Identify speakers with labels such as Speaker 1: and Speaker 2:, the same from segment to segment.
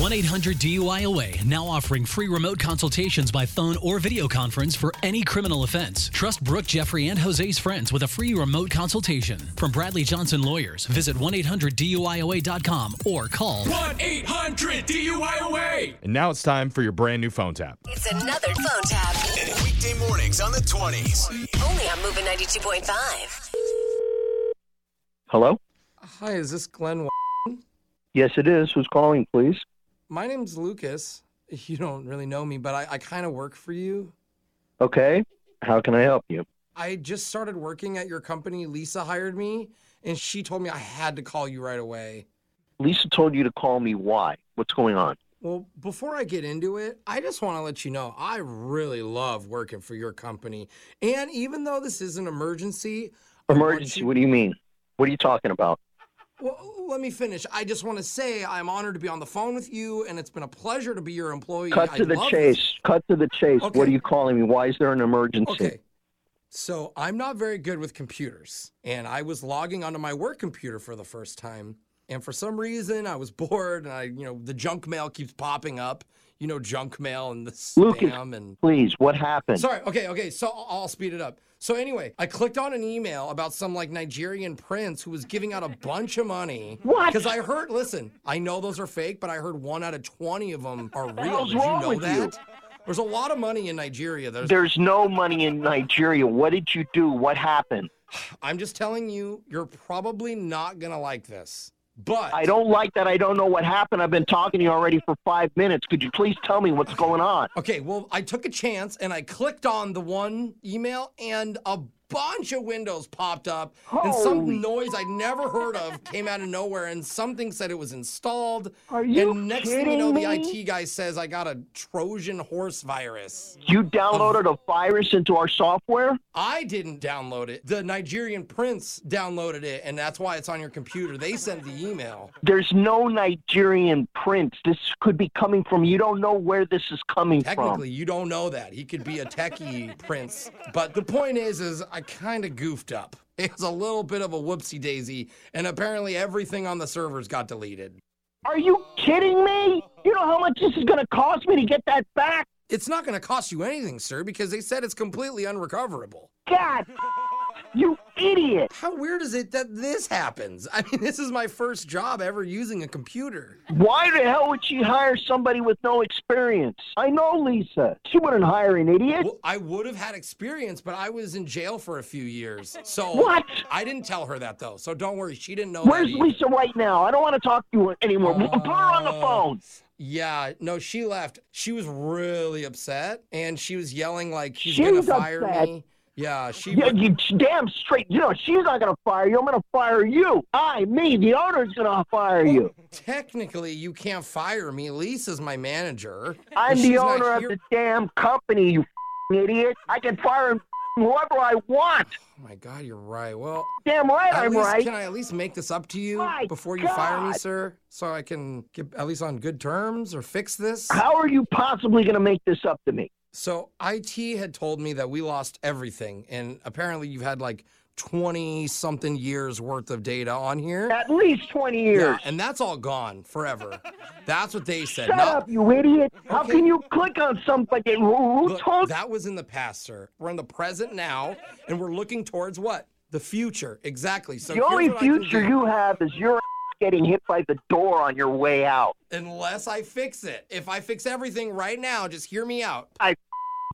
Speaker 1: 1 800 DUIOA now offering free remote consultations by phone or video conference for any criminal offense. Trust Brooke, Jeffrey, and Jose's friends with a free remote consultation. From Bradley Johnson Lawyers, visit 1 800 DUIOA.com or call
Speaker 2: 1 800 DUIOA.
Speaker 3: And now it's time for your brand new phone tap.
Speaker 4: It's another phone tap.
Speaker 5: Weekday mornings on the 20s.
Speaker 4: Only on Moving 92.5.
Speaker 6: Hello?
Speaker 7: Hi, is this Glenn? Wa-
Speaker 6: Yes, it is. Who's calling, please?
Speaker 7: My name's Lucas. You don't really know me, but I, I kind of work for you.
Speaker 6: Okay. How can I help you?
Speaker 7: I just started working at your company. Lisa hired me, and she told me I had to call you right away.
Speaker 6: Lisa told you to call me. Why? What's going on?
Speaker 7: Well, before I get into it, I just want to let you know I really love working for your company. And even though this is an emergency, I want
Speaker 6: Emergency.
Speaker 7: you-
Speaker 6: What do you mean? What are you talking about?
Speaker 7: Well, let me finish. I just want to say I'm honored to be on the phone with you, and it's been a pleasure to be your employee.
Speaker 6: Cut
Speaker 7: I
Speaker 6: to the
Speaker 7: love
Speaker 6: chase.
Speaker 7: this.
Speaker 6: Cut to the chase. What
Speaker 7: Okay.
Speaker 6: are you calling me? Why is there an emergency?
Speaker 7: Okay. So I'm not very good with computers, and I was logging onto my work computer for the first time, and for some reason I was bored, and I, you know, the junk mail keeps popping up, you know, junk mail and the
Speaker 6: Lucas.
Speaker 7: spam and.
Speaker 6: Please, what happened?
Speaker 7: Sorry. Okay. Okay. So I'll I'll speed it up. So anyway, I clicked on an email about some like Nigerian prince who was giving out a bunch of money.
Speaker 6: What?
Speaker 7: Because I heard. Listen, I know those are fake, but I heard one out of twenty of them are real.
Speaker 6: hell's
Speaker 7: Did you
Speaker 6: wrong
Speaker 7: know
Speaker 6: with you?
Speaker 7: that? There's a lot of money in Nigeria. There's
Speaker 6: There's no money in Nigeria. What did you do? What happened?
Speaker 7: I'm just telling you, you're probably not gonna like this. But
Speaker 6: I don't like that. I don't know what happened. I've been talking to you already for five minutes. Could you please tell me what's going on?
Speaker 7: Okay, well, I took a chance and I clicked on the one email, and a bunch of windows popped up, and
Speaker 6: Holy-
Speaker 7: some noise I'd never heard of came out of nowhere, and something said it was installed.
Speaker 6: Are you
Speaker 7: And next thing you know,
Speaker 6: kidding
Speaker 7: the
Speaker 6: me?
Speaker 7: IT guy says I got a Trojan horse virus.
Speaker 6: You downloaded a virus into our software?
Speaker 7: I didn't download it. The Nigerian prince downloaded it, and that's why it's on your computer. They sent the email.
Speaker 6: There's no Nigerian prince. This could be coming from. You don't know where this is coming
Speaker 7: Technically, you don't know that. He could be a techie prince. But the point is, is I kind of goofed up. It was a little bit of a whoopsie daisy, and apparently everything on the servers got deleted.
Speaker 6: from. Are you kidding me? You know how much this is going to cost me to get that back?
Speaker 7: It's not going to cost you anything, sir, because they said it's completely unrecoverable.
Speaker 6: God, you idiot.
Speaker 7: How weird is it that this happens? I mean, this is my first job ever using a computer.
Speaker 6: Why the hell would she hire somebody with no experience? I know Lisa. She wouldn't hire an idiot.
Speaker 7: Well, I would have had experience, but I was in jail for a few years. So
Speaker 6: What?
Speaker 7: I didn't tell her that though. So don't worry, she didn't know. that
Speaker 6: Where's
Speaker 7: either.
Speaker 6: Lisa right now? I don't want to talk to you anymore. Put her on the
Speaker 7: Uh,
Speaker 6: phone.
Speaker 7: Yeah, no, she left. She was really upset, and she was yelling like, "He's
Speaker 6: She
Speaker 7: gonna
Speaker 6: was
Speaker 7: fire
Speaker 6: upset.
Speaker 7: me." Yeah, she.
Speaker 6: Yeah,
Speaker 7: went-
Speaker 6: you damn straight. You know, she's not going to fire you. I'm going to fire you. I, me, the owner's going to fire you.
Speaker 7: technically, you can't fire me. Lisa's my manager.
Speaker 6: I'm
Speaker 7: And
Speaker 6: the
Speaker 7: she's not
Speaker 6: owner of
Speaker 7: here-
Speaker 6: the damn company, you fing idiot. I can fire and fing whoever I want.
Speaker 7: Oh my God, you're right. Well,
Speaker 6: Damn right
Speaker 7: at
Speaker 6: I'm
Speaker 7: least,
Speaker 6: right.
Speaker 7: can I at least make this up to you
Speaker 6: My
Speaker 7: before you fire me,
Speaker 6: God.
Speaker 7: sir? So I can get at least on good terms or fix this.
Speaker 6: How are you possibly going to make this up to me?
Speaker 7: So IT had told me that we lost everything, and apparently you've had like twenty something years worth of data on here.
Speaker 6: At least 20
Speaker 7: Yeah,
Speaker 6: years.
Speaker 7: and that's all gone forever. That's what they said.
Speaker 6: Shut
Speaker 7: Not-
Speaker 6: up, you idiot. How
Speaker 7: Okay.
Speaker 6: can you click on somebody? Who, who
Speaker 7: Look,
Speaker 6: told
Speaker 7: that was in the past, sir. We're in the present now, and we're looking towards what? The future. Exactly. So
Speaker 6: The only
Speaker 7: here's what I can
Speaker 6: future
Speaker 7: do,
Speaker 6: you have is your getting hit by the door on your way out.
Speaker 7: unless I fix it. If I fix everything right now, just hear me out.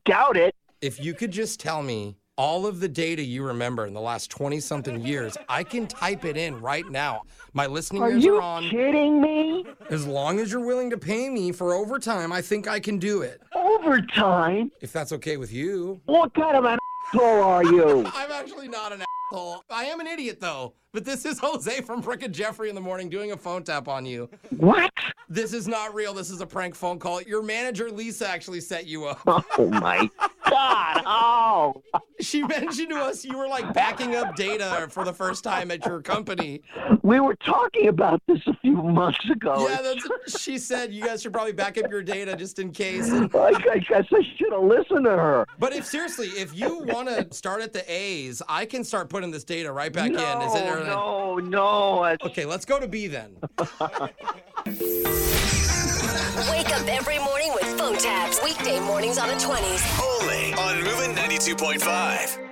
Speaker 6: Doubt it.
Speaker 7: If you could just tell me all of the data you remember in the last 20 something years, I can type it in right now. My listening
Speaker 6: Are
Speaker 7: ears
Speaker 6: you
Speaker 7: are on.
Speaker 6: kidding me?
Speaker 7: As long as you're willing to pay me for overtime, I think I can do it.
Speaker 6: Overtime?
Speaker 7: If that's okay with you.
Speaker 6: What kind of an asshole are you?
Speaker 7: I'm actually not an asshole. I am an idiot though. But this is Jose from Brick and Jeffrey in the morning doing a phone tap on you.
Speaker 6: What?
Speaker 7: This is not real. This is a prank phone call. Your manager Lisa actually set you up.
Speaker 6: Oh my God! Oh,
Speaker 7: She mentioned to us you were like backing up data for the first time at your company.
Speaker 6: we were talking about this a few months ago.
Speaker 7: Yeah, that's she said you guys should probably back up your data just in case. And-
Speaker 6: I, I guess I should have listened to her.
Speaker 7: but if seriously, if you want to start at the A's, I can start putting this data right back in. Is it or-
Speaker 6: no, no, no.
Speaker 7: Okay, let's go to B then.
Speaker 4: up every morning with phone tabs. Weekday mornings on the 20s.
Speaker 5: Only on Moving 92.5.